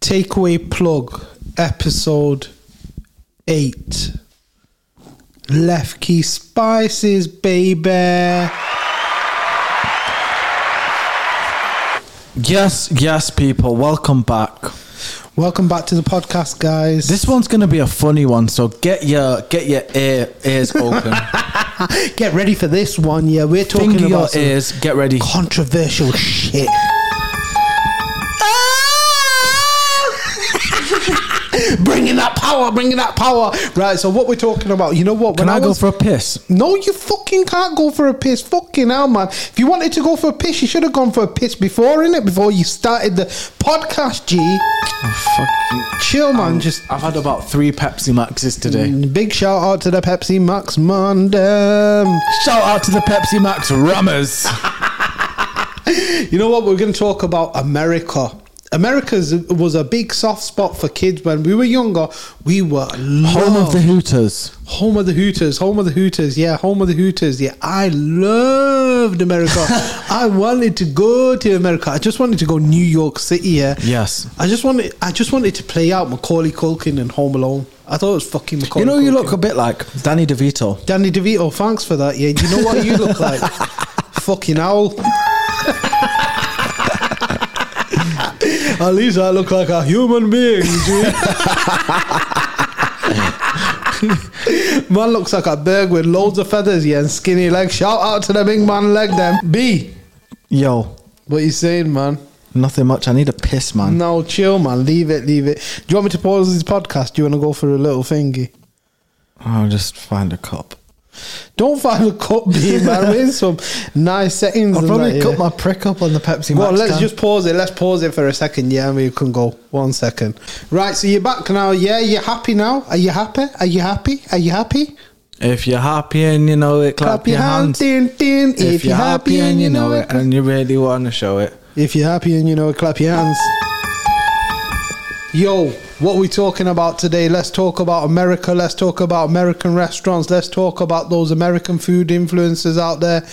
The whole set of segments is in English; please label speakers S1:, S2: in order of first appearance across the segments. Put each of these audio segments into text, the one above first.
S1: Takeaway plug episode eight. Left key spices, baby.
S2: Yes, yes, people, welcome back.
S1: Welcome back to the podcast, guys.
S2: This one's gonna be a funny one, so get your get your ear, ears open,
S1: Get ready for this one, yeah. We're talking
S2: finger your
S1: about some
S2: ears, get ready.
S1: controversial shit. Ah! bringing that power, bringing that power. Right, so what we're talking about, you know what?
S2: Can I, go
S1: was-
S2: for a piss?
S1: No, you fucking can't go for a piss. Fucking hell, man. If you wanted to go for a piss, you should have gone for a piss before, innit? Before you started the podcast, G. Chill, man. Just
S2: I've had about three Pepsi Maxes today.
S1: big shout out to the Pepsi Max Mandem.
S2: Shout out to the Pepsi Max Rammers.
S1: You know what? We're going to talk about America. America's was a big soft spot for kids when we were younger. We were
S2: Home of the Hooters.
S1: Home of the Hooters, home of the Hooters, yeah, home of the Hooters, yeah. I loved America. I wanted to go to America. I just wanted to go New York City, yeah.
S2: Yes.
S1: I just wanted, I just wanted to play out Macaulay Culkin and Home Alone. I thought it was fucking Macaulay.
S2: you know, you
S1: Culkin.
S2: look a bit like Danny DeVito.
S1: Danny DeVito. Thanks for that, yeah. You know what you look like? fucking owl. At least I look like a human being. G. man looks like a bird with loads of feathers, yeah, and skinny legs. Shout out to the big man leg, them. B,
S2: Yo,
S1: what you saying, man?
S2: nothing much. I need a piss, man.
S1: No, chill, man. Leave it, leave it. Do you want me to pause this podcast? Do you want to go for a little thingy?
S2: I'll just find a cup.
S1: Don't find a cup, B, man. We're in some nice settings.
S2: I'll
S1: and
S2: probably
S1: that, yeah.
S2: cut my prick up on the Pepsi
S1: Well,
S2: Max.
S1: let's
S2: can.
S1: just pause it. Let's pause it for a second. Yeah, and we can go. One second. Right, so you're back now. Yeah, you're happy now. Are you happy? Are you happy? Are you happy?
S2: If you're happy and you know it, clap, your hands.
S1: Din, din. If,
S2: If you're happy and you know it, and you really want to show it.
S1: If you're happy and you know it, clap your hands. Yo, what we talking about today? Let's talk about America. Let's talk about American restaurants. Let's talk about those American food influencers out there.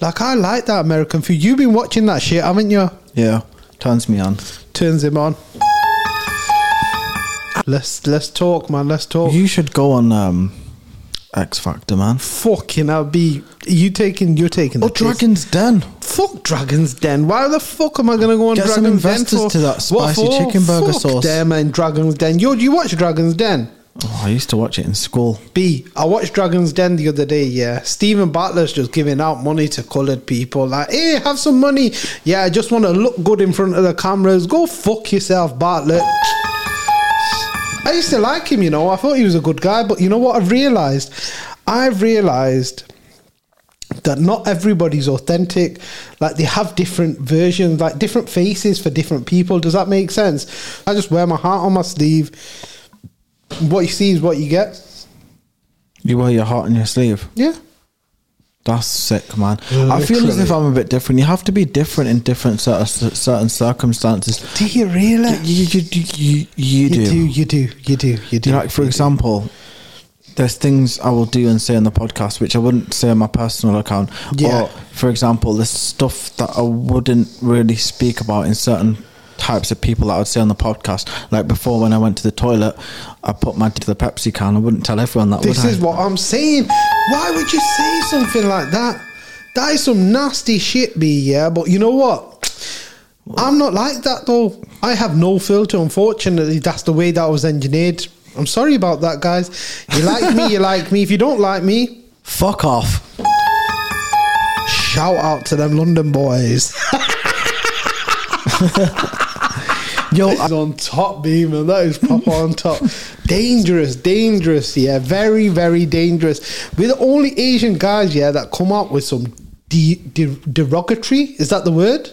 S1: Like, I like that American food. You've been watching that shit, haven't you?
S2: Yeah, turns me on.
S1: turns him on. Let's let's talk, man. Let's talk.
S2: You should go on um, X Factor, man.
S1: fucking, I'll be you taking you taking.
S2: Oh,
S1: the piss.
S2: Dragon's Den.
S1: Fuck Dragon's Den. Why the fuck am I gonna go on
S2: Get some
S1: Dragon's Den
S2: investors
S1: for?
S2: to that
S1: What
S2: spicy
S1: for?
S2: chicken burger
S1: Fuck
S2: sauce.
S1: Them and Dragon's Den. Yo, do you watch Dragon's Den?
S2: Oh, I used to watch it in school.
S1: B. I watched Dragon's Den the other day. Yeah, Stephen Butler's just giving out money to coloured people. Like, hey, have some money. Yeah, I just want to look good in front of the cameras. Go fuck yourself, Bartlett. I used to like him, you know. I thought he was a good guy, but you know what? I've realised. I've realised that not everybody's authentic. Like they have different versions, like different faces for different people. Does that make sense? I just wear my heart on my sleeve. What you see is what you get.
S2: You wear your heart on your sleeve.
S1: Yeah.
S2: That's sick, man. I feel as
S1: Literally.
S2: if I'm a bit different. You have to be different in different cer- certain circumstances.
S1: Do you really?
S2: You, you, you, you, you
S1: You
S2: do.
S1: do, you do, you do, you do.
S2: You know, like for example, there's things I will do and say on the podcast which I wouldn't say on my personal account.
S1: Yeah.
S2: Or, for example, there's stuff that I wouldn't really speak about in certain types of people that I would say on the podcast. Like before, when I went to the toilet, I put my to the Pepsi can. I wouldn't tell everyone that.
S1: this
S2: would
S1: is
S2: I?
S1: what I'm saying. Why would you say something like that? That is some nasty shit, B, yeah? But you know what? I'm not like that, though. I have no filter, unfortunately. That's the way that I was engineered. I'm sorry about that, guys. You like me, you like me. If you don't like me,
S2: Fuck off.
S1: shout out to them London boys.
S2: Yo,
S1: He's on top, Beeman. That is proper on top. Dangerous, dangerous. Yeah, very, very dangerous. We're the only Asian guys, yeah, that come up with some de- de- derogatory. Is that the word?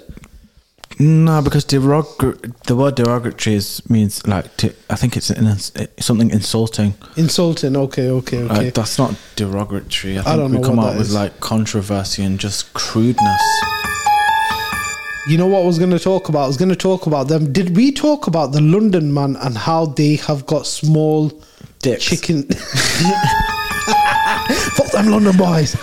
S2: No, because derog- the word derogatory is, means like to, I think it's an, something insulting.
S1: Insulting. Okay, okay, okay.
S2: Like, Uh, that's not derogatory. I think
S1: don't
S2: we
S1: know
S2: come
S1: what
S2: out
S1: that
S2: with
S1: is.
S2: like controversy and just crudeness.
S1: you know what I was going to talk about? I was going to talk about them. Did we talk about the London man and how they have got small
S2: Dicks.
S1: chicken? Fuck them London boys.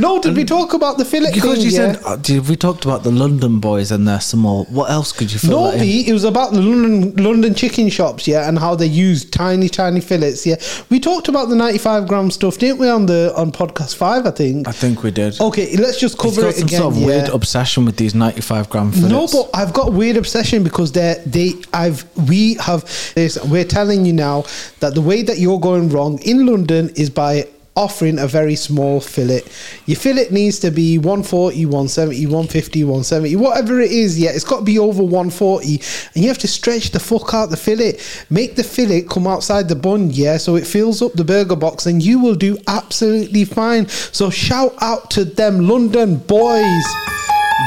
S1: No, did we talk about the Philip
S2: Because
S1: thing?
S2: you
S1: yeah?
S2: said uh, dude, we talked about the London boys and their some more. What else could you fill
S1: No,
S2: that in?
S1: the, it was about the London London chicken shops, yeah, and how they use tiny, tiny fillets. Yeah, we talked about the ninety-five gram stuff, didn't we, on the on podcast five? I think.
S2: I think we did.
S1: Okay, let's just Oh,
S2: He's
S1: cover
S2: got
S1: it
S2: some
S1: again.
S2: sort of
S1: yeah.
S2: weird obsession with these 95 gram fillets.
S1: No, but I've got weird obsession because they they I've we have this. We're telling you now that the way that you're going wrong in London is by offering a very small fillet. Your fillet needs to be 140, 170, 150, 170, whatever it is. Yeah, it's got to be over 140, and you have to stretch the fuck out the fillet. Make the fillet come outside the bun, yeah, so it fills up the burger box, and you will do absolutely fine. So shout out to them, London boys.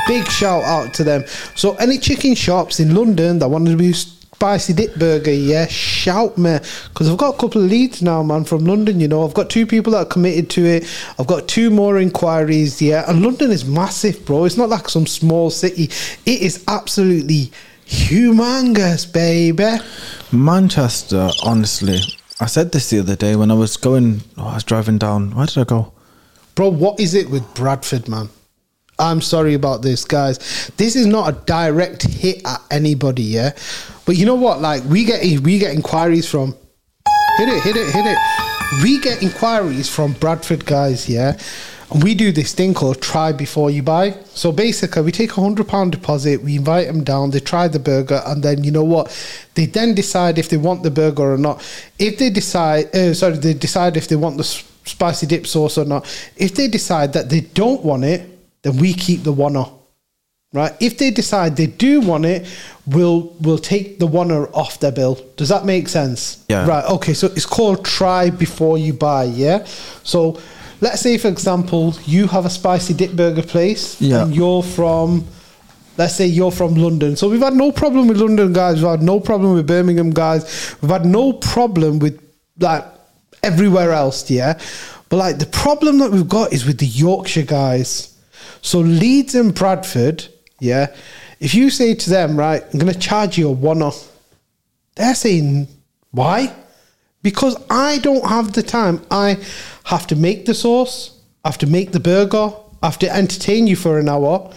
S1: Big shout out to them. So, any chicken shops in London that want to do spicy dip burger, yeah, shout me. Because I've got a couple of leads now, man, from London, you know. I've got two people that are committed to it. I've got two more inquiries, yeah. And London is massive, bro. It's not like some small city, it is absolutely humongous, baby.
S2: Manchester, honestly, I said this the other day when I was going, oh, I was driving down. Where did I go?
S1: Bro, what is it with Bradford, man? I'm sorry about this, guys. This is not a direct hit at anybody, yeah. But you know what? Like we get we get inquiries from hit it, hit it, hit it. We get inquiries from Bradford guys, yeah. And we do this thing called try before you buy. So basically, we take a hundred pound deposit, we invite them down, they try the burger, and then you know what? They then decide if they want the burger or not. If they decide, uh, sorry, they decide if they want the s- spicy dip sauce or not. If they decide that they don't want it, then we keep the one off right? If they decide they do want it, we'll we'll take the oneer off their bill. Does that make sense?
S2: Yeah.
S1: Right. Okay. So it's called try before you buy. Yeah. So let's say, for example, you have a spicy dip burger place,
S2: Yeah.
S1: and you're from. Let's say you're from London. So we've had no problem with London guys. We've had no problem with Birmingham guys. We've had no problem with like everywhere else, yeah. But like the problem that we've got is with the Yorkshire guys. So Leeds and Bradford, yeah. If you say to them, right, I'm gonna charge you a one off, they're saying, why? Because I don't have the time. I have to make the sauce, I have to make the burger, I have to entertain you for an hour.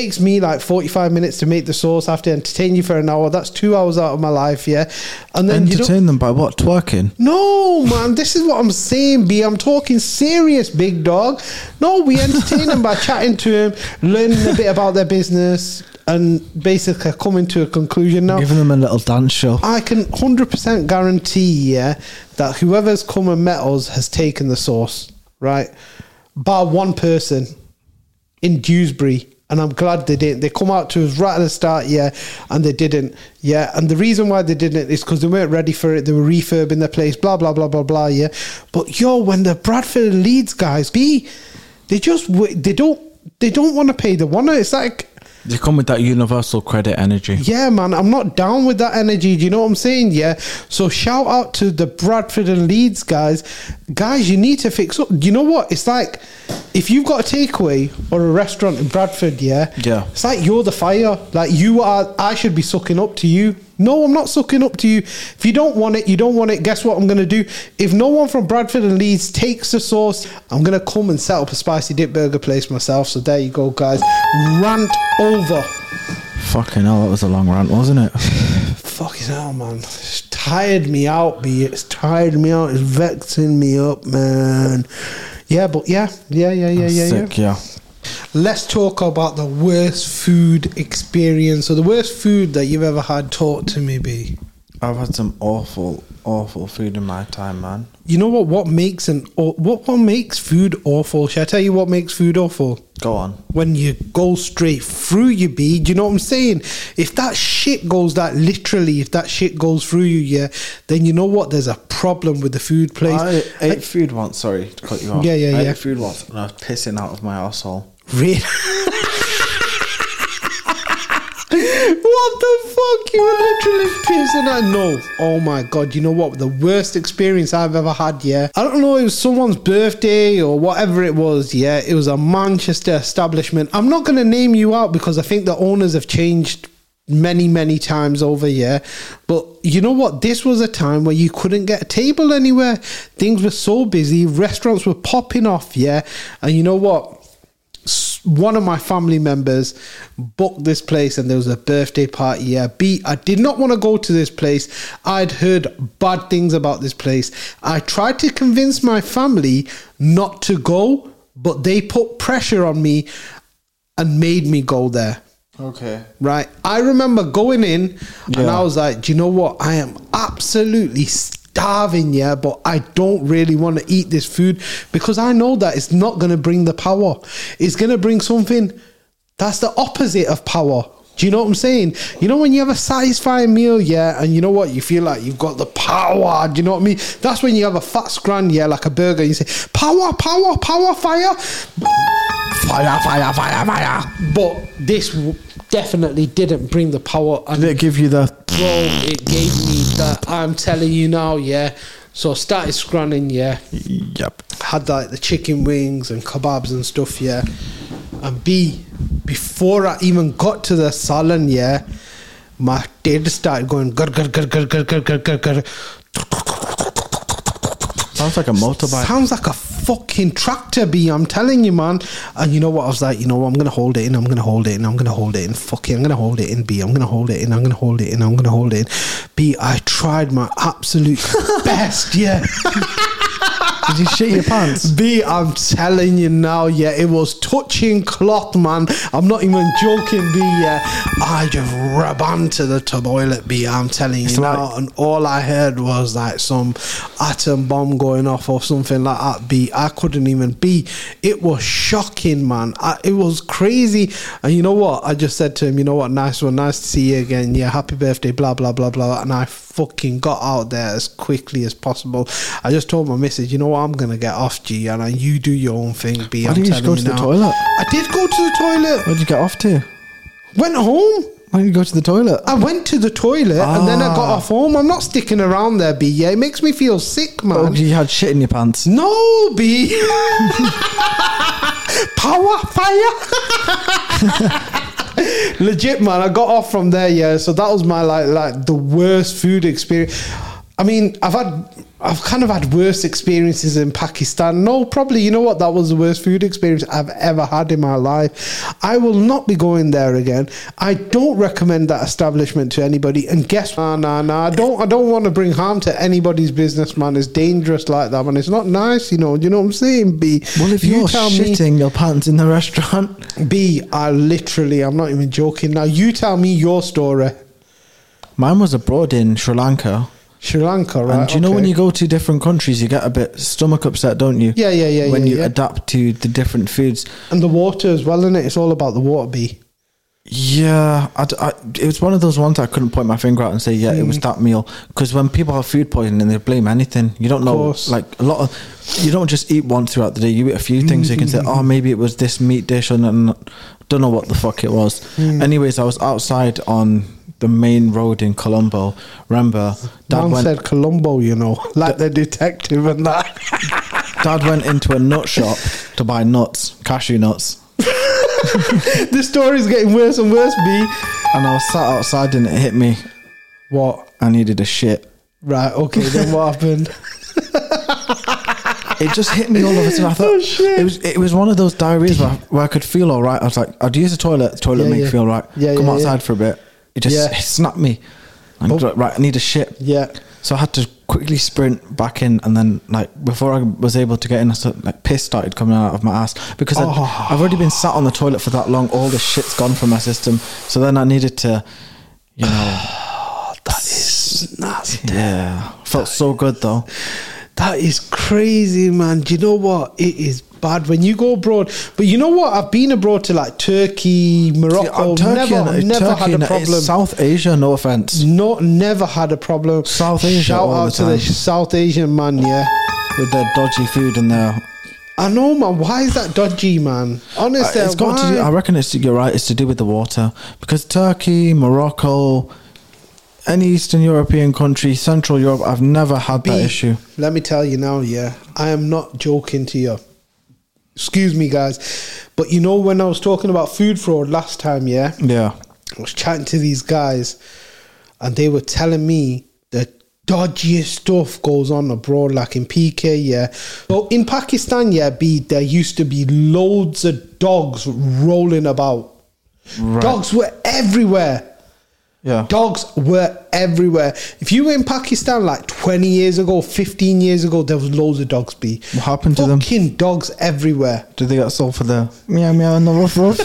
S1: Takes me like 45 minutes to make the sauce. I have to entertain you for an hour. That's two hours out of my life, yeah. And then you don't-
S2: Entertain them by what? Twerking?
S1: no, man, this is what I'm saying, B. I'm talking serious, big dog. No, we entertain them by chatting to them, learning a bit about their business, and basically coming to a conclusion. Now,
S2: Giving them a little dance show.
S1: I can 100% guarantee, yeah, that whoever's come and met us has taken the sauce, right? Bar one person in Dewsbury. And I'm glad they didn't. They come out to us right at the start, yeah, and they didn't, yeah. And the reason why they didn't is because they weren't ready for it. They were refurbing their place, blah blah blah blah blah, yeah. But yo, when the Bradford and Leeds guys be, they just w- they don't they don't want to pay the one. It's like
S2: They come with that universal credit energy.
S1: yeah, man, I'm not down with that energy. Do you know what I'm saying? Yeah. So shout out to the Bradford and Leeds guys. Guys, you need to fix up. You know what? It's like if you've got a takeaway or a restaurant in Bradford, yeah.
S2: Yeah.
S1: It's like you're the fire. Like you are I should be sucking up to you. No, I'm not sucking up to you. If you don't want it, you don't want it. Guess what I'm gonna do? If no one from Bradford and Leeds takes the sauce, I'm gonna come and set up a spicy dip burger place myself. So there you go, guys. Rant over.
S2: Fucking hell, that was a long rant, wasn't it?
S1: Fucking hell, man. It's tired me out, B. It's tired me out. It's vexing me up, man. Yeah, but yeah, yeah, yeah, yeah, yeah, yeah.
S2: Sick, yeah.
S1: Let's talk about the worst food experience or the worst food that you've ever had taught to me, B.
S2: I've had some awful, awful food in my time, man.
S1: You know what? What makes an aw- what what makes food awful? Shall I tell you what makes food awful?
S2: Go on.
S1: when you go straight through you be do you know what i'm saying if that shit goes that literally if that shit goes through you yeah then you know what there's a problem with the food place
S2: I ate food once. Sorry to cut you off.
S1: Yeah, yeah,
S2: I
S1: yeah.
S2: ate food once, and I was pissing out of my asshole.
S1: Really? what the fuck? You were literally pissing out. No. Oh my god. You know what? The worst experience I've ever had, yeah. I don't know, it was someone's birthday or whatever it was, yeah. It was a Manchester establishment. I'm not going to name you out because I think the owners have changed many, many times over, yeah. But you know what? This was a time where you couldn't get a table anywhere. Things were so busy, restaurants were popping off, yeah. And you know what? S- One of my family members booked this place and there was a birthday party. Yeah, B, I did not want to go to this place. I'd heard bad things about this place. I tried to convince my family not to go, but they put pressure on me and made me go there
S2: Okay.
S1: right? I remember going in and
S2: Yeah.
S1: I was like, do you know what? I am absolutely starving, yeah, but I don't really want to eat this food because I know that it's not going to bring the power. It's going to bring something that's the opposite of power. Do you know what I'm saying? You know when you have a satisfying meal, yeah, and you know what, you feel like you've got the power. Do you know what I mean? That's when you have a fat scran, yeah, like a burger. You say power, power, power, fire.
S2: Fire, fire, fire, fire.
S1: But this w- definitely didn't bring the power. And
S2: Did it give you the?
S1: bro, it gave me that. I'm telling you now, yeah. So I started scranning, yeah.
S2: Yep.
S1: Had like the chicken wings and kebabs and stuff, yeah. And B, before I even got to the salon, yeah, my dad started going gur gur gur gur gur gur gur gur gur.
S2: Sounds like a motorbike.
S1: Sounds like a fucking tractor bee, I'm telling you, man. And you know what? I was like, you know what? I'm going to hold it in, I'm going to hold it in, I'm going to hold it in. Fucking, I'm going to hold it in, B. I'm going to hold it in, I'm going to hold it in, I'm going to hold it in. B, I tried my absolute best, yeah.
S2: Did you shit your pants?
S1: B, I'm telling you now, yeah, it was touching cloth, man. I'm not even joking, B, yeah. I just rub onto the toilet, B, I'm telling you now. and all I heard was like some atom bomb going off or something like that, B. I couldn't even be. It was shocking, man. I, it was crazy. And you know what? I just said to him, you know what? Nice one. Nice to see you again. Yeah, happy birthday, blah, blah, blah, blah. And I fucking got out there as quickly as possible. I just told my missus, you know what? I'm going to get off, G, and I, you do your own thing, B.
S2: Why
S1: I'm
S2: didn't you just
S1: telling
S2: go to the
S1: now.
S2: toilet?
S1: I did go to the toilet.
S2: Where'd you get off to?
S1: Went home.
S2: Why didn't you go to the toilet?
S1: I went to the toilet and then I got
S2: Ah.
S1: off home. I'm not sticking around there, B. Yeah, it makes me feel sick, man.
S2: Oh, you had shit in your pants.
S1: No, B. Power, fire. Legit, man. I got off from there, yeah. So that was my like, like the worst food experience. I mean, I've had, I've kind of had worse experiences in Pakistan. No, probably. You know what? That was the worst food experience I've ever had in my life. I will not be going there again. I don't recommend that establishment to anybody. And guess, nah, nah, nah. I don't, I don't want to bring harm to anybody's business, man. It's dangerous like that, man. It's not nice, you know. You know what I'm saying, B?
S2: Well, if you're shitting your pants in the restaurant,
S1: B, I literally, I'm not even joking. Now, you tell me your story.
S2: mine was abroad in Sri Lanka.
S1: Sri Lanka, right?
S2: and do you know when
S1: okay.
S2: you go to different countries, you get a bit stomach upset, don't you?
S1: Yeah, yeah, yeah,
S2: When
S1: yeah,
S2: you
S1: yeah.
S2: adapt to the different foods.
S1: And the water as well, is it? It's all about the water, B.
S2: Yeah, I d I it was one of those ones I couldn't point my finger out and say, yeah, it
S1: Mm.
S2: was that meal. Because when people have food poisoning, they blame anything. You don't know,
S1: course.
S2: like a lot of, you don't just eat once throughout the day. You eat a few things. You can say,
S1: Mm.
S2: oh, maybe it was this meat dish, and, and don't know what the fuck it was.
S1: Mm.
S2: Anyways, I was outside on the main road in Colombo. Remember, Dad
S1: Man
S2: went.
S1: said Colombo, you know, like the detective and that.
S2: Dad went into a nut shop to buy nuts, cashew nuts,
S1: the story's getting worse and worse, B.
S2: and I was sat outside, and it hit me.
S1: What?
S2: I needed a shit.
S1: Right, okay, then what happened?
S2: It just hit me all of a sudden. I thought
S1: Oh, shit.
S2: it was it was one of those diarrheas where, where I could feel all right. I was like, I'd use the toilet. The toilet
S1: Yeah,
S2: make
S1: yeah.
S2: me feel right.
S1: Yeah,
S2: Come
S1: yeah,
S2: outside
S1: yeah.
S2: for a bit. It just
S1: Yeah. Oh.
S2: it snapped me. And I was like, right, I need a shit.
S1: Yeah.
S2: So I had to quickly sprint back in, and then like before I was able to get in, I started, like piss started coming out of my ass because I'd,
S1: Oh.
S2: I've already been sat on the toilet for that long. All the shit's gone from my system. So then I needed to, you know, Oh,
S1: That is nasty.
S2: yeah, felt so good though.
S1: That is crazy, man. Do you know what? It is bad when you go abroad. But you know what? I've been abroad to like Turkey, Morocco. Oh, never,
S2: and- uh,
S1: never
S2: Turkey
S1: had
S2: and-
S1: a
S2: it's
S1: problem.
S2: South Asia, no offense.
S1: Not never had a problem.
S2: South Asia
S1: Shout
S2: all
S1: out
S2: the
S1: to the
S2: time.
S1: South Asian man, yeah.
S2: with their dodgy food and their.
S1: I know, man. Why is that dodgy, man? Honestly,
S2: uh, it's got
S1: why?
S2: to do. I reckon it's you're right. It's to do with the water because Turkey, Morocco, any Eastern European country, Central Europe, I've never had that
S1: B,
S2: issue.
S1: Let me tell you now, yeah. I am not joking to you. Excuse me, guys. But you know, when I was talking about food fraud last time, yeah,
S2: Yeah,
S1: I was chatting to these guys, and they were telling me the dodgiest stuff goes on abroad, like in PK. Yeah, so in Pakistan, yeah, B, there used to be loads of dogs rolling about.
S2: Right.
S1: Dogs were everywhere.
S2: Yeah.
S1: Dogs were everywhere. If you were in Pakistan like 20 years ago, 15 years ago, there was loads of dogs. Be
S2: What happened to them?
S1: Fucking dogs everywhere.
S2: Did they get sold for the meow meow and the ruff ruff?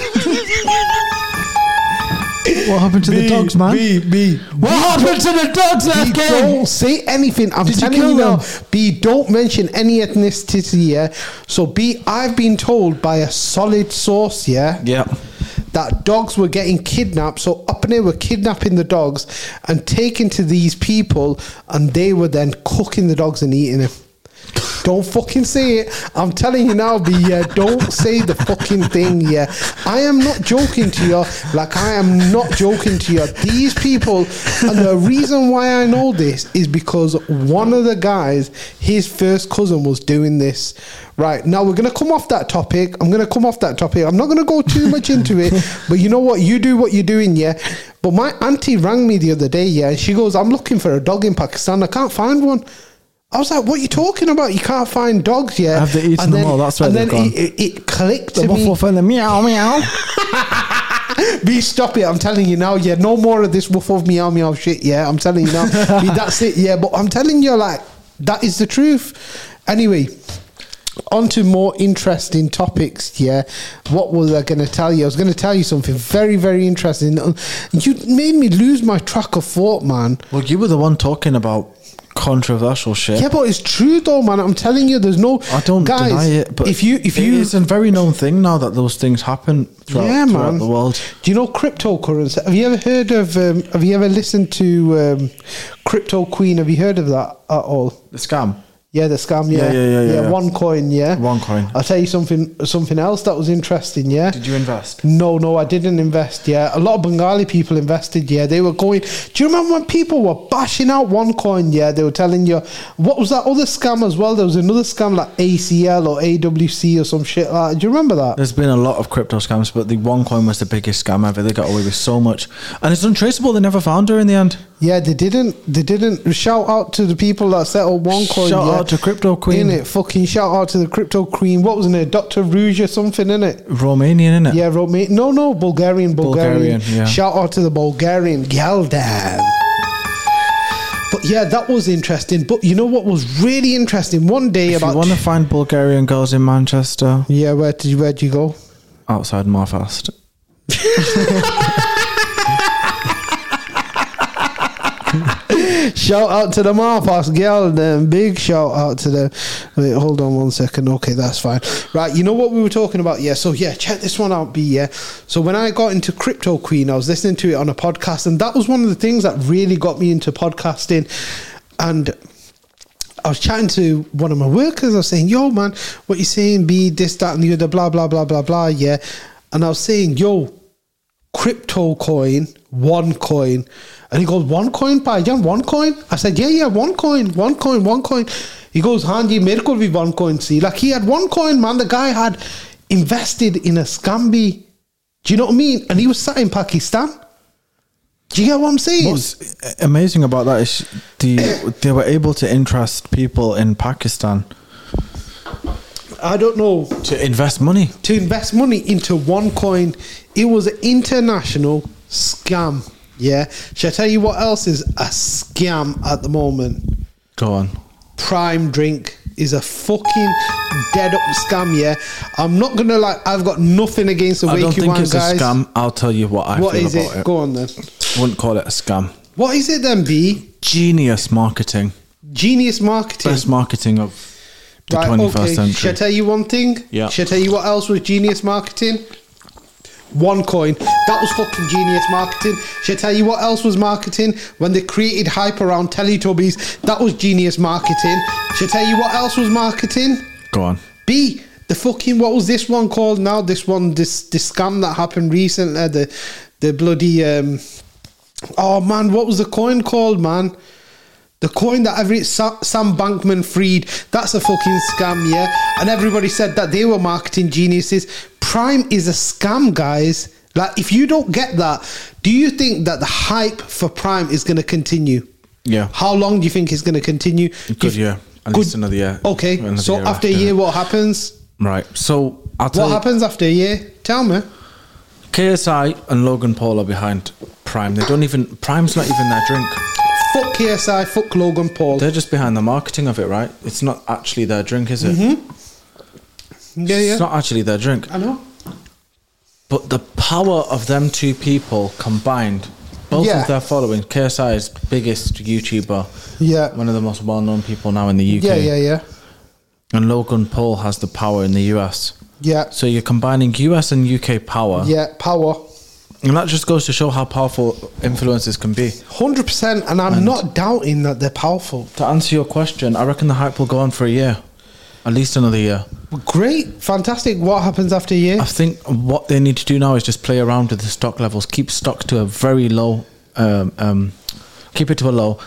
S2: what happened to the dogs, man?
S1: B, B.
S2: What happened to the dogs,
S1: B,
S2: FK?
S1: don't say anything. I'm
S2: Did you
S1: telling you,
S2: kill
S1: now.
S2: them?
S1: B, don't mention any ethnicity. Yeah. So B, I've been told by a solid source. Yeah.
S2: Yeah.
S1: that dogs were getting kidnapped. So Upne were kidnapping the dogs and taking to these people, and they were then cooking the dogs and eating them. Don't fucking say it. I'm telling you now, B. Yeah, don't say the fucking thing. Yeah, I am not joking to you. Like I am not joking to you. These people, and the reason why I know this is because one of the guys, his first cousin, was doing this. Right now, we're gonna come off that topic. I'm gonna come off that topic. I'm not gonna go too much into it, but you know what? You do what you're doing, yeah. But my auntie rang me the other day, yeah, and she goes, "I'm looking for a dog in Pakistan. I can't find one." I was like, "What are you talking about? You can't find dogs yet."
S2: Have they eaten
S1: And
S2: them all? That's where
S1: and
S2: they've
S1: then
S2: gone.
S1: It, it, it clicked
S2: The
S1: to
S2: ruff
S1: me.
S2: ruff and the meow meow.
S1: Be stop it! I'm telling you now. Yeah, no more of this woof of meow meow shit. Yeah, I'm telling you now. Be, that's it. Yeah, but I'm telling you, like that is the truth. Anyway, on to more interesting topics. Yeah, what was I going to tell you? I was going to tell you something very, very interesting. You made me lose my track of thought, man.
S2: Well, you were the one talking about controversial shit.
S1: Yeah, but it's true though, man. I'm telling you, there's no.
S2: I don't
S1: guys,
S2: deny it, but
S1: if you, if
S2: it
S1: you,
S2: it's a very known thing now that those things happen throughout,
S1: Yeah,
S2: throughout
S1: man.
S2: the world.
S1: Do you know cryptocurrency? Have you ever heard of? Um, have you ever listened to um, Crypto Queen? Have you heard of that at all?
S2: The scam.
S1: Yeah, the scam. Yeah,
S2: Yeah, yeah, yeah, yeah.
S1: One coin. Yeah,
S2: One coin.
S1: I'll tell you something. Something else that was interesting. Yeah.
S2: Did you invest?
S1: No, no, I didn't invest. Yeah, a lot of Bengali people invested. Yeah, they were going. Do you remember when people were bashing out OneCoin? Yeah, they were telling you what was that other scam as well? There was another scam like ACL or AWC or some shit like. That. Do you remember that?
S2: There's been a lot of crypto scams, but the one coin was the biggest scam ever. They got away with so much, and it's untraceable. They never found her in the end.
S1: Yeah, they didn't. They didn't. Shout out to the people that settled one coin.
S2: Shout
S1: yeah.
S2: out to Crypto Queen.
S1: In it, fucking shout out to the crypto queen. What was in it? Doctor Rouge or something in it.
S2: Romanian, innit?
S1: Yeah, Romanian. No, no, Bulgarian, Bulgarian.
S2: Bulgarian, yeah.
S1: Shout out to the Bulgarian Geldan. But yeah, that was interesting. But you know what was really interesting? One day
S2: If
S1: about
S2: you want to find Bulgarian girls in Manchester,
S1: yeah, where did you, where'd you go?
S2: outside Marfast.
S1: Shout out to the Marpas girl, then big shout out to them. Wait, hold on one second. Okay, that's fine. Right, you know what we were talking about? Yeah, so yeah, check this one out, B. Yeah, so when I got into Crypto Queen, I was listening to it on a podcast, and that was one of the things that really got me into podcasting. And I was chatting to one of my workers. I was saying, "Yo, man, what you saying? Be this, that, and the other, blah, blah, blah, blah, blah." Yeah, and I was saying, "Yo, crypto coin, one coin," and he goes, "One coin, pa? Yeah, one coin." I said, "Yeah, yeah, one coin, one coin, one coin." He goes, "Hanji, mere ko bhi one coin see." Like he had one coin, man. The guy had invested in a scambi. Do you know what I mean? And he was sat in Pakistan. Do you get what I'm saying?
S2: What's amazing about that is the they were able to interest people in Pakistan
S1: I don't know.
S2: to invest money.
S1: to invest money into one coin. It was an international scam. Yeah. Shall I tell you what else is a scam at the moment?
S2: Go on.
S1: Prime Drink is a fucking dead up scam. Yeah. I'm not gonna like. I've got nothing against the
S2: I don't
S1: Wake You
S2: think
S1: One
S2: it's
S1: guys.
S2: a scam. I'll tell you what I
S1: What
S2: feel
S1: is
S2: about
S1: it?
S2: it.
S1: Go on then.
S2: Wouldn't call it a scam.
S1: What is it then? B
S2: Genius marketing.
S1: genius marketing.
S2: Best marketing of the 21st
S1: Should I
S2: century.
S1: tell you one thing?
S2: Yeah.
S1: Should I tell you what else was genius marketing? One coin. That was fucking genius marketing. Should I tell you what else was marketing? When they created hype around Teletubbies, that was genius marketing. Should I tell you what else was marketing?
S2: Go on.
S1: B. The fucking what was this one called now? This one, this this scam that happened recently. uh, The the bloody um. Oh man, what was the coin called, man? The coin that every Sa- Sam Bankman freed. That's a fucking scam, yeah. And everybody said that they were marketing geniuses. Prime is a scam, guys. Like, if you don't get that, do you think that the hype for Prime is going to continue?
S2: Yeah.
S1: How long do you think it's going to continue?
S2: Good year. At least another year.
S1: Okay.
S2: Another
S1: so
S2: year
S1: after a
S2: after.
S1: year, what happens?
S2: Right. So I'll tell
S1: What
S2: you,
S1: happens after a year? Tell me.
S2: KSI and Logan Paul are behind Prime. They don't even Prime's not even their drink.
S1: Fuck KSI. Fuck Logan Paul.
S2: They're just behind the marketing of it, right? It's not actually their drink, is it?
S1: Mm-hmm. yeah,
S2: It's
S1: yeah.
S2: not actually their drink.
S1: I know.
S2: But the power of them two people combined, both
S1: Yeah.
S2: of their following, KSI's biggest YouTuber,
S1: Yeah.
S2: one of the most well known people now in the UK.
S1: Yeah, yeah, yeah.
S2: And Logan Paul has the power in the US.
S1: Yeah.
S2: So you're combining US and UK power.
S1: Yeah. Power.
S2: And that just goes to show how powerful influences can be.
S1: 100%. And I'm not doubting that they're powerful.
S2: To answer your question, I reckon the hype will go on for a year, at least another year.
S1: Great. Fantastic. What happens after a year?
S2: I think what they need to do now is just play around with the stock levels, keep stock to a very low, um, um, keep it to a low.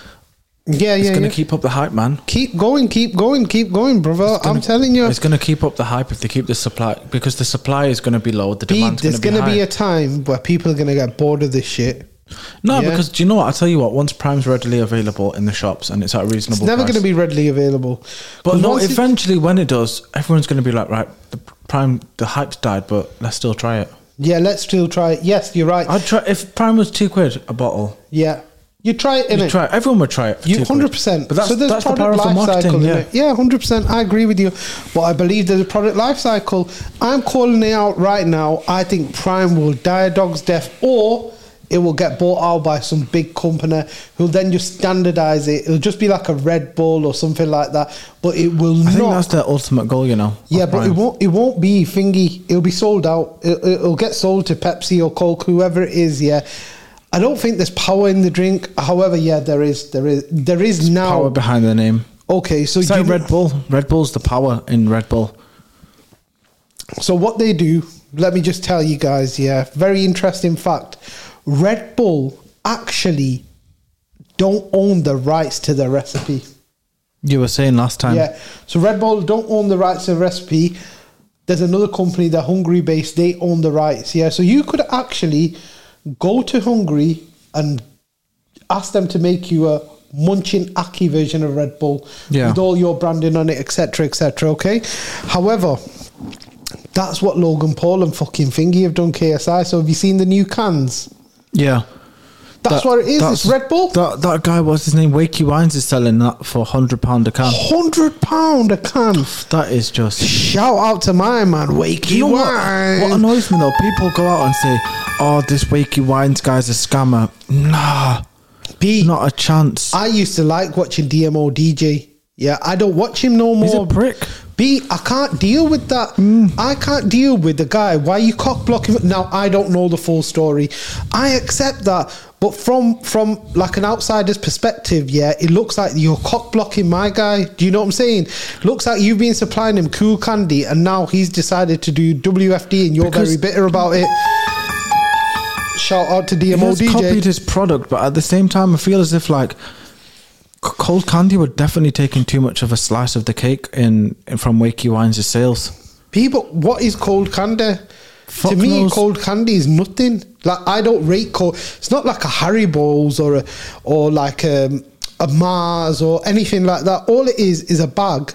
S1: yeah,
S2: It's
S1: yeah,
S2: going to
S1: yeah.
S2: keep up the hype, man.
S1: Keep going, keep going, keep going, brother. I'm telling you.
S2: It's going to keep up the hype if they keep the supply because the supply is going to be low, the
S1: Be,
S2: demand's going
S1: there's
S2: to be
S1: going to
S2: high.
S1: be a time where people are going to get bored of this shit.
S2: no,
S1: yeah.
S2: because do you know what? I tell you what. Once Prime's readily available in the shops and it's at a reasonable,
S1: It's never
S2: price-
S1: going to be readily available.
S2: But
S1: 'Cause
S2: no,
S1: once it-
S2: eventually when it does, everyone's going to be like, right, the Prime, the hype's died, but let's still try it.
S1: yeah, let's still try it. Yes, you're right.
S2: I'd try if Prime was two quid a bottle.
S1: yeah, you try it in
S2: You'd
S1: it.
S2: try it. Everyone would try it. For
S1: You
S2: two quid.
S1: hundred percent.
S2: But that's, that's the power of the marketing.
S1: cycle.
S2: yeah.
S1: innit? yeah, hundred percent. I agree with you. But I believe there's a product life cycle. I'm calling it out right now. I think Prime will die a dog's death, or it will get bought out by some big company who'll then just standardize it. It'll just be like a Red Bull or something like that. But it will
S2: I think
S1: not.
S2: that's their ultimate goal, you know.
S1: yeah,
S2: of
S1: but it
S2: Prime.
S1: won't. It won't be thingy. It'll be sold out. It, it'll get sold to Pepsi or Coke, whoever it is. Yeah. I don't think there's power in the drink. However, yeah, there is, there is, there is now.
S2: power behind the name.
S1: Okay, so
S2: It's
S1: you
S2: like
S1: know-
S2: Red Bull. Red Bull's the power in Red Bull.
S1: so what they do? Let me just tell you guys. Yeah, very interesting fact. Red Bull actually don't own the rights to the recipe.
S2: You were saying last time.
S1: yeah, so Red Bull don't own the rights to the recipe. There's another company, they're Hungary based. They own the rights. Yeah, so you could actually go to Hungary and ask them to make you a munching aki version of Red Bull
S2: Yeah.
S1: with all your branding on it, etc., etc. Okay. However, that's what Logan Paul and fucking Thingy have done KSI. So have you seen the new cans?
S2: Yeah.
S1: That's
S2: That-
S1: what it is. It's
S2: that's-
S1: Red Bull.
S2: That, that guy, what's his name? Wakey Wines is selling that for £100 a can.
S1: Hundred pound a can.
S2: That is just.
S1: Shout out to my man, Wakey
S2: You know what,
S1: Wine.
S2: what annoys me though? People go out and say, oh, this Wakey Wines guy's a scammer. Nah.
S1: B.
S2: Not a chance.
S1: I used to like watching DMO DJ. Yeah, I don't watch him no more.
S2: He's a prick. Mm.
S1: B, I can't deal with that. I can't deal with the guy. Why you cock blocking? Now I don't know the full story. I accept that, but from from like an outsider's perspective, yeah, it looks like you're cock blocking my guy. Do you know what I'm saying? Looks like you've been supplying him cool candy, and now he's decided to do WFD, and you're
S2: Because-
S1: very bitter about it. Shout out to
S2: He
S1: DMO
S2: has
S1: DJ.
S2: copied his product, but at the same time, I feel as if like c- cold candy were definitely taking too much of a slice of the cake in, in from Wakey Wines' sales.
S1: People, what is cold candy?
S2: Fuck
S1: to me,
S2: knows.
S1: cold candy is nothing. Like I don't rate cold. It's not like a Haribo's or a or like um, a Mars or anything like that. All it is is a bag,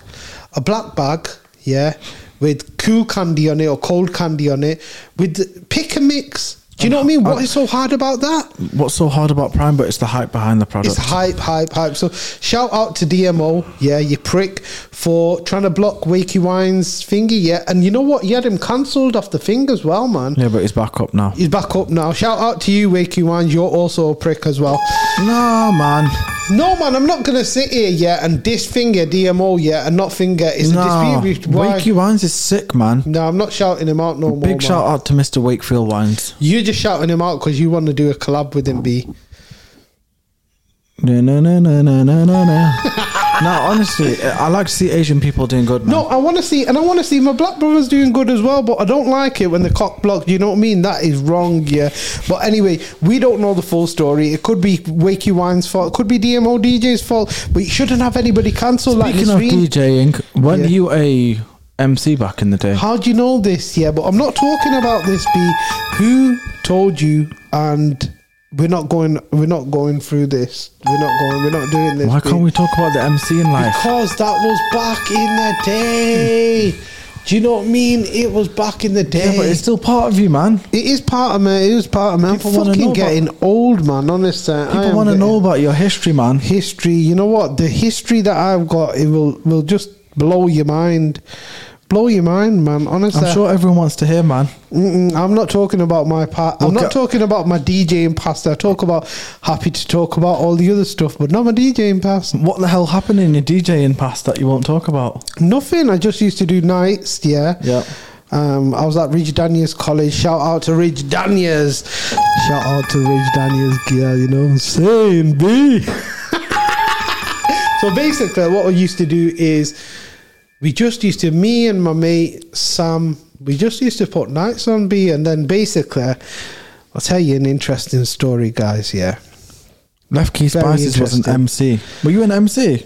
S1: a black bag, yeah, with cool candy on it or cold candy on it. With pick and mix. Do you know what I mean? What is so hard about that?
S2: What's so hard about Prime? But it's the hype behind the product.
S1: It's hype, hype, hype. So shout out to DMO, yeah, you prick, for trying to block Wakey Wines thingy, yeah. And you know what? You had him cancelled off the thing as well, man.
S2: yeah, but it's back up now.
S1: He's back up now. Shout out to you, Wakey Wines. You're also a prick as well.
S2: No man,
S1: No, man, I'm not gonna sit here yet and diss finger DMO yet and not finger. It's
S2: no.
S1: a dispute. with- Why?
S2: Wakey Wines is sick, man.
S1: No, I'm not shouting him out no more.
S2: Big
S1: man.
S2: shout out to Mr. Wakefield Wines.
S1: You're just shouting him out because you want to do a collab with him, B.
S2: No, no, no, no, no, no, no, no. no, honestly, I I like to see Asian people doing good. Man.
S1: No, I want to see, and I want to see my black brothers doing good as well. But I don't like it when the cock blocked. You know what I mean? That is wrong. Yeah. But anyway, we don't know the full story. It could be Wakey Wine's fault. It could be DMO DJ's fault. But you shouldn't have anybody cancelled like
S2: Speaking
S1: this.
S2: of
S1: really.
S2: DJing, when
S1: Yeah.
S2: you a MC back in the day.
S1: How do you know this? Yeah, but I'm not talking about this. B, who told you? And we're not going. We're not going through this. We're not going. We're not doing this.
S2: Why
S1: B.
S2: can't we talk about the MC in life?
S1: Because that was back in the day. Do you know what I mean? It was back in the day.
S2: yeah, but it's still part of you, man.
S1: It is part of me. It is part of me. I'm
S2: People wanna know
S1: fucking
S2: about-
S1: getting old, man. Honestly,
S2: People want to know about your history, man.
S1: history. You know what? The history that I've got, it will will just blow your mind. Blow your mind, man. Honestly,
S2: I'm sure everyone wants to hear, man.
S1: Mm-mm, I'm not talking about my past. I'm
S2: Look
S1: not
S2: at-
S1: talking about my DJing past. I talk about happy to talk about all the other stuff, but not my DJing past.
S2: What the hell happened in your DJing past that you won't talk about?
S1: Nothing. I just used to do nights. Yeah.
S2: Yeah.
S1: Um, I was at Ridge Daniels College. Shout out to Ridge Daniels. Shout out to Ridge Daniels gear. You know what I'm saying, B. so basically, what we used to do is we just used to me and my mate Sam. We just used to put nights on B, and then basically, I'll tell you an interesting story, guys. Yeah,
S2: Left Key
S1: Very
S2: Spices was an MC. Were you an MC?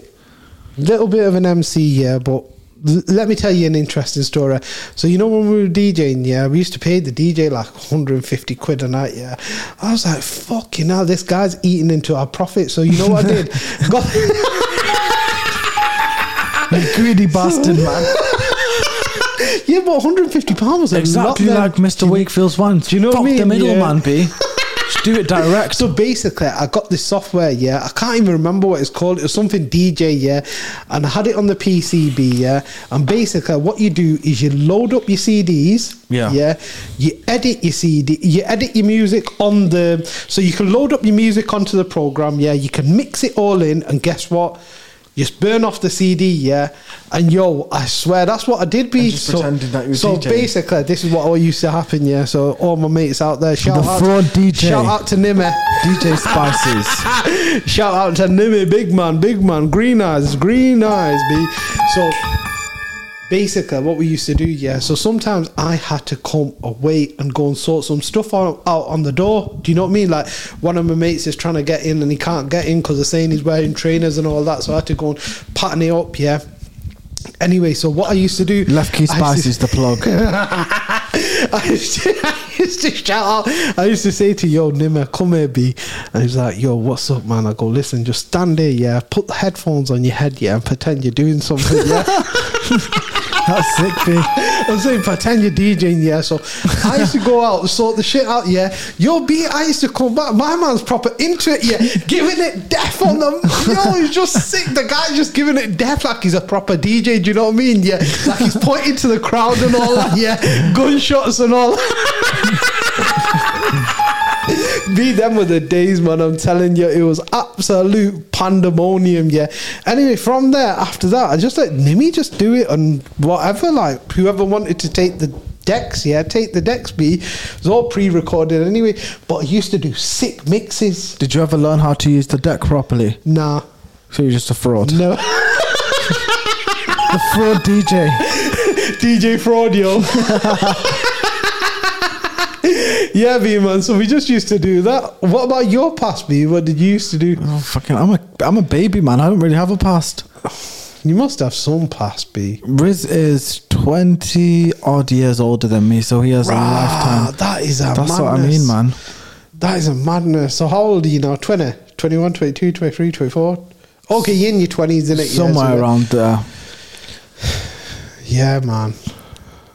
S1: little bit of an MC, yeah, but l- let me tell you an interesting story. So you know when we were DJing, yeah, we used to pay the DJ like 150 quid a night, yeah. I was like, fucking hell, this guy's eating into our profit. So you know what I did? Got-
S2: You greedy bastard, man.
S1: yeah, but 150 pounds was a
S2: Exactly
S1: lot. then.
S2: like Mr. Wakefield's ones.
S1: do you know what
S2: Fuck
S1: I
S2: the
S1: mean?
S2: middleman,
S1: Yeah.
S2: B. Just do it direct.
S1: So basically, I got this software, yeah. I can't even remember what it's called. It was something DJ, yeah. And I had it on the PCB, yeah. And basically, what you do is you load up your CDs,
S2: Yeah.
S1: yeah. You edit your CD, you edit your music on the. So you can load up your music onto the program, yeah. You can mix it all in, and guess what? Just burn off the CD, yeah, and yo, I swear that's what I did. Be
S2: And just pretended that you were
S1: so
S2: DJing.
S1: basically, this is what all used to happen, yeah. So all my mates out there, shout out,
S2: fraud DJ.
S1: shout out to Nimmer.
S2: DJ Spices.
S1: Shout out to Nimmy, big man, big man, green eyes, green eyes, B. So basically, what we used to do, yeah. So sometimes I had to come away and go and sort some stuff out, out on the door. Do you know what I mean? Like one of my mates is trying to get in and he can't get in because they're saying he's wearing trainers and all that. So I had to go and pattern it up, yeah. Anyway, so what I used to do,
S2: Left Key
S1: I used to-
S2: Spices, the plug.
S1: I used, to, I used to shout out. I used to say to yo Nimmer, come here, B. And he's like, yo, what's up, man? I go, listen, just stand there, yeah. Put the headphones on your head, yeah, and pretend you're doing something, yeah.
S2: That's sick, B.
S1: I'm saying pretend you're DJing, yeah. So I used to go out and sort the shit out, yeah. Yo, B, I used to come back. My man's proper into it, yeah. Giving it death on them. Yo, he's just sick. The guy's just giving it death like he's a proper DJ. Do you know what I mean? Yeah. Like he's pointing to the crowd and all that, yeah. Gunshots and all that. Be them were the days, man. I'm telling you, it was absolute pandemonium. Yeah. Anyway, from there, after that, I just let Nimmy just do it and whatever. Like whoever wanted to take the decks, yeah, take the decks. Be it was all pre-recorded anyway. But I used to do sick mixes.
S2: Did you ever learn how to use the deck properly?
S1: Nah,
S2: So you're just a fraud.
S1: no,
S2: The fraud DJ.
S1: DJ Fraudio. yeah, B man. So we just used to do that. What about your past, B? What did you used to do?
S2: Oh fucking! I'm a I'm a baby man. I don't really have a past.
S1: You must have some past, B.
S2: Riz is twenty odd years older than me, so he has a
S1: Ah,
S2: lifetime.
S1: that is a
S2: That's
S1: madness.
S2: what I mean, man.
S1: That is a madness. So how old are you now? 20, 21, 22, 23, 24? Okay, you're in your 20s, isn't it?
S2: Somewhere
S1: yeah, so-
S2: around there.
S1: Yeah, man.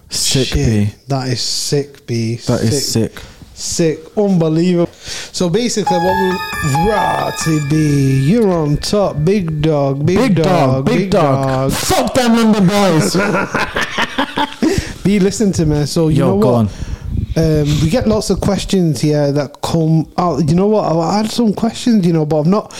S2: Sick
S1: Shit.
S2: B.
S1: That is sick, B.
S2: That is sick.
S1: Sick. Unbelievable. So basically what we... Ratty B, you're on top. Big dog, big,
S2: Big
S1: dog,
S2: dog, big dog. Fuck them London boys.
S1: B, listen to me. So you
S2: Yo,
S1: know
S2: go
S1: what?
S2: on.
S1: Um, we get lots of questions here that come out. You know what? I- I had some questions, you know, but I'm not.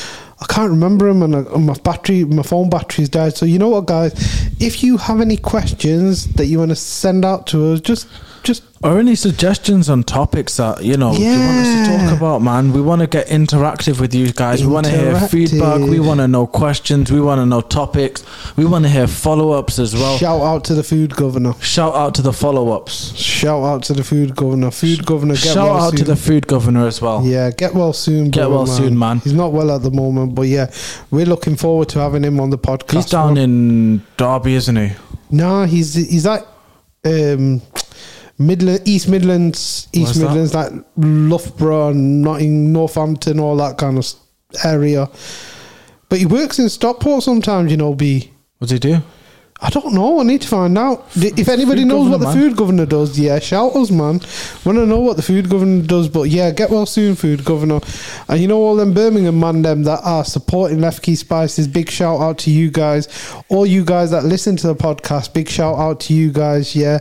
S1: I can't remember them, and, I- and my battery, my phone battery's died. So you know what, guys? If you have any questions that you want to send out to us, just just
S2: Or any suggestions on topics that you know you want us to
S1: Yeah.
S2: talk about, man? We want to get interactive with you guys. We want to hear feedback. We
S1: Interactive.
S2: want to know questions. We want to know topics. We want to hear follow ups as well.
S1: shout out to the food governor.
S2: Shout out to the follow ups.
S1: Shout out to the food governor. Food governor. Get
S2: Shout
S1: well
S2: out
S1: soon.
S2: to the food governor as well.
S1: Yeah, get well soon.
S2: Get
S1: brother,
S2: well soon, man.
S1: He's not well at the moment, but yeah, we're looking forward to having him on the podcast.
S2: He's down in Derby, isn't he?
S1: Nah, he's he's like um, Midland, East Midlands, East
S2: Where's that?
S1: Midlands, like Loughborough, and Notting, Northampton, all that kind of s- area. But he works in Stockport sometimes, you know. B.
S2: What does he do?
S1: I don't know. I need to find out. D- If anybody
S2: Food
S1: knows what
S2: governor,
S1: the
S2: man.
S1: food governor does, yeah, shout us, man. Want to know what the food governor does? But yeah, get well soon, food governor. And you know all them Birmingham man them that are supporting Left Key Spices. Big shout out to you guys, all you guys that listen to the podcast. Big shout out to you guys, yeah,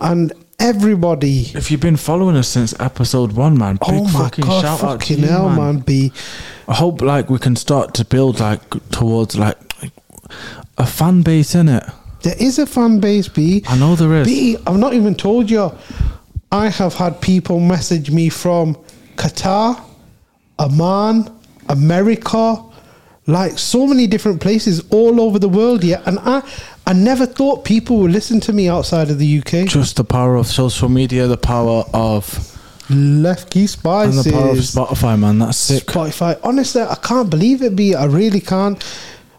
S1: and everybody.
S2: If you've been following us since episode one, man, big
S1: oh my
S2: fucking
S1: god,
S2: shout out to
S1: fucking
S2: you,
S1: hell,
S2: man.
S1: man. B.
S2: I hope like we can start to build like towards like a fan base in it.
S1: There is a fan base, B.
S2: I know there is.
S1: B, I've not even told you. I have had people message me from Qatar, Oman, America, like so many different places all over the world. Yeah, and I, I never thought people would listen to me outside of the UK.
S2: Just the power of social media, the power of
S1: Left key
S2: and
S1: spices.
S2: the power of Spotify, man. That's sick.
S1: Spotify. Honestly, I can't believe it. B, I really can't.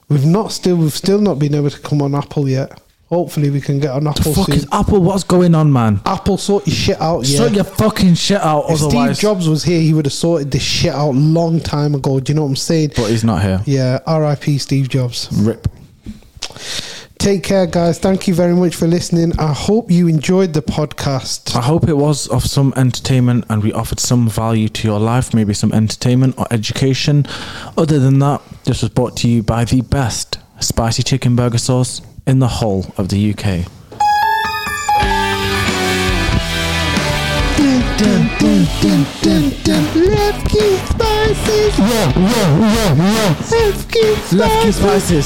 S1: We've not still. We've still not been able to come on Apple yet. Hopefully, we can get on Apple
S2: Fuck
S1: soon.
S2: is Apple? What's going on, man?
S1: Apple sort your shit out. Yeah.
S2: Sort your fucking shit out,
S1: If
S2: otherwise.
S1: Steve Jobs was here, he would have sorted this shit out long time ago. Do you know what I'm saying?
S2: but he's not here.
S1: Yeah, RIP Steve Jobs.
S2: Rip.
S1: Take care, guys. Thank you very much for listening. I hope you enjoyed the podcast.
S2: I hope it was of some entertainment and we offered some value to your life, maybe some entertainment or education. Other than that, this was brought to you by the best spicy chicken burger sauce in the whole of the UK.
S1: Left key spices. Left key spices.
S2: spices.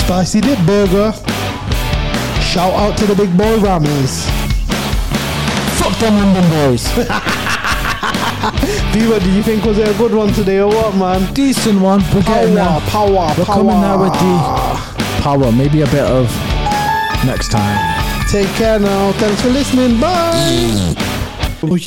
S1: Spicy dip burger. Shout out to the big boy Rammies.
S2: Fuck them London boys.
S1: Diva, do you think was it a good one today or what, man?
S2: Decent one. We're getting
S1: Power,
S2: there.
S1: power, power.
S2: We're coming now with the power. Maybe a bit of next time.
S1: Take care now. Thanks for listening. Bye.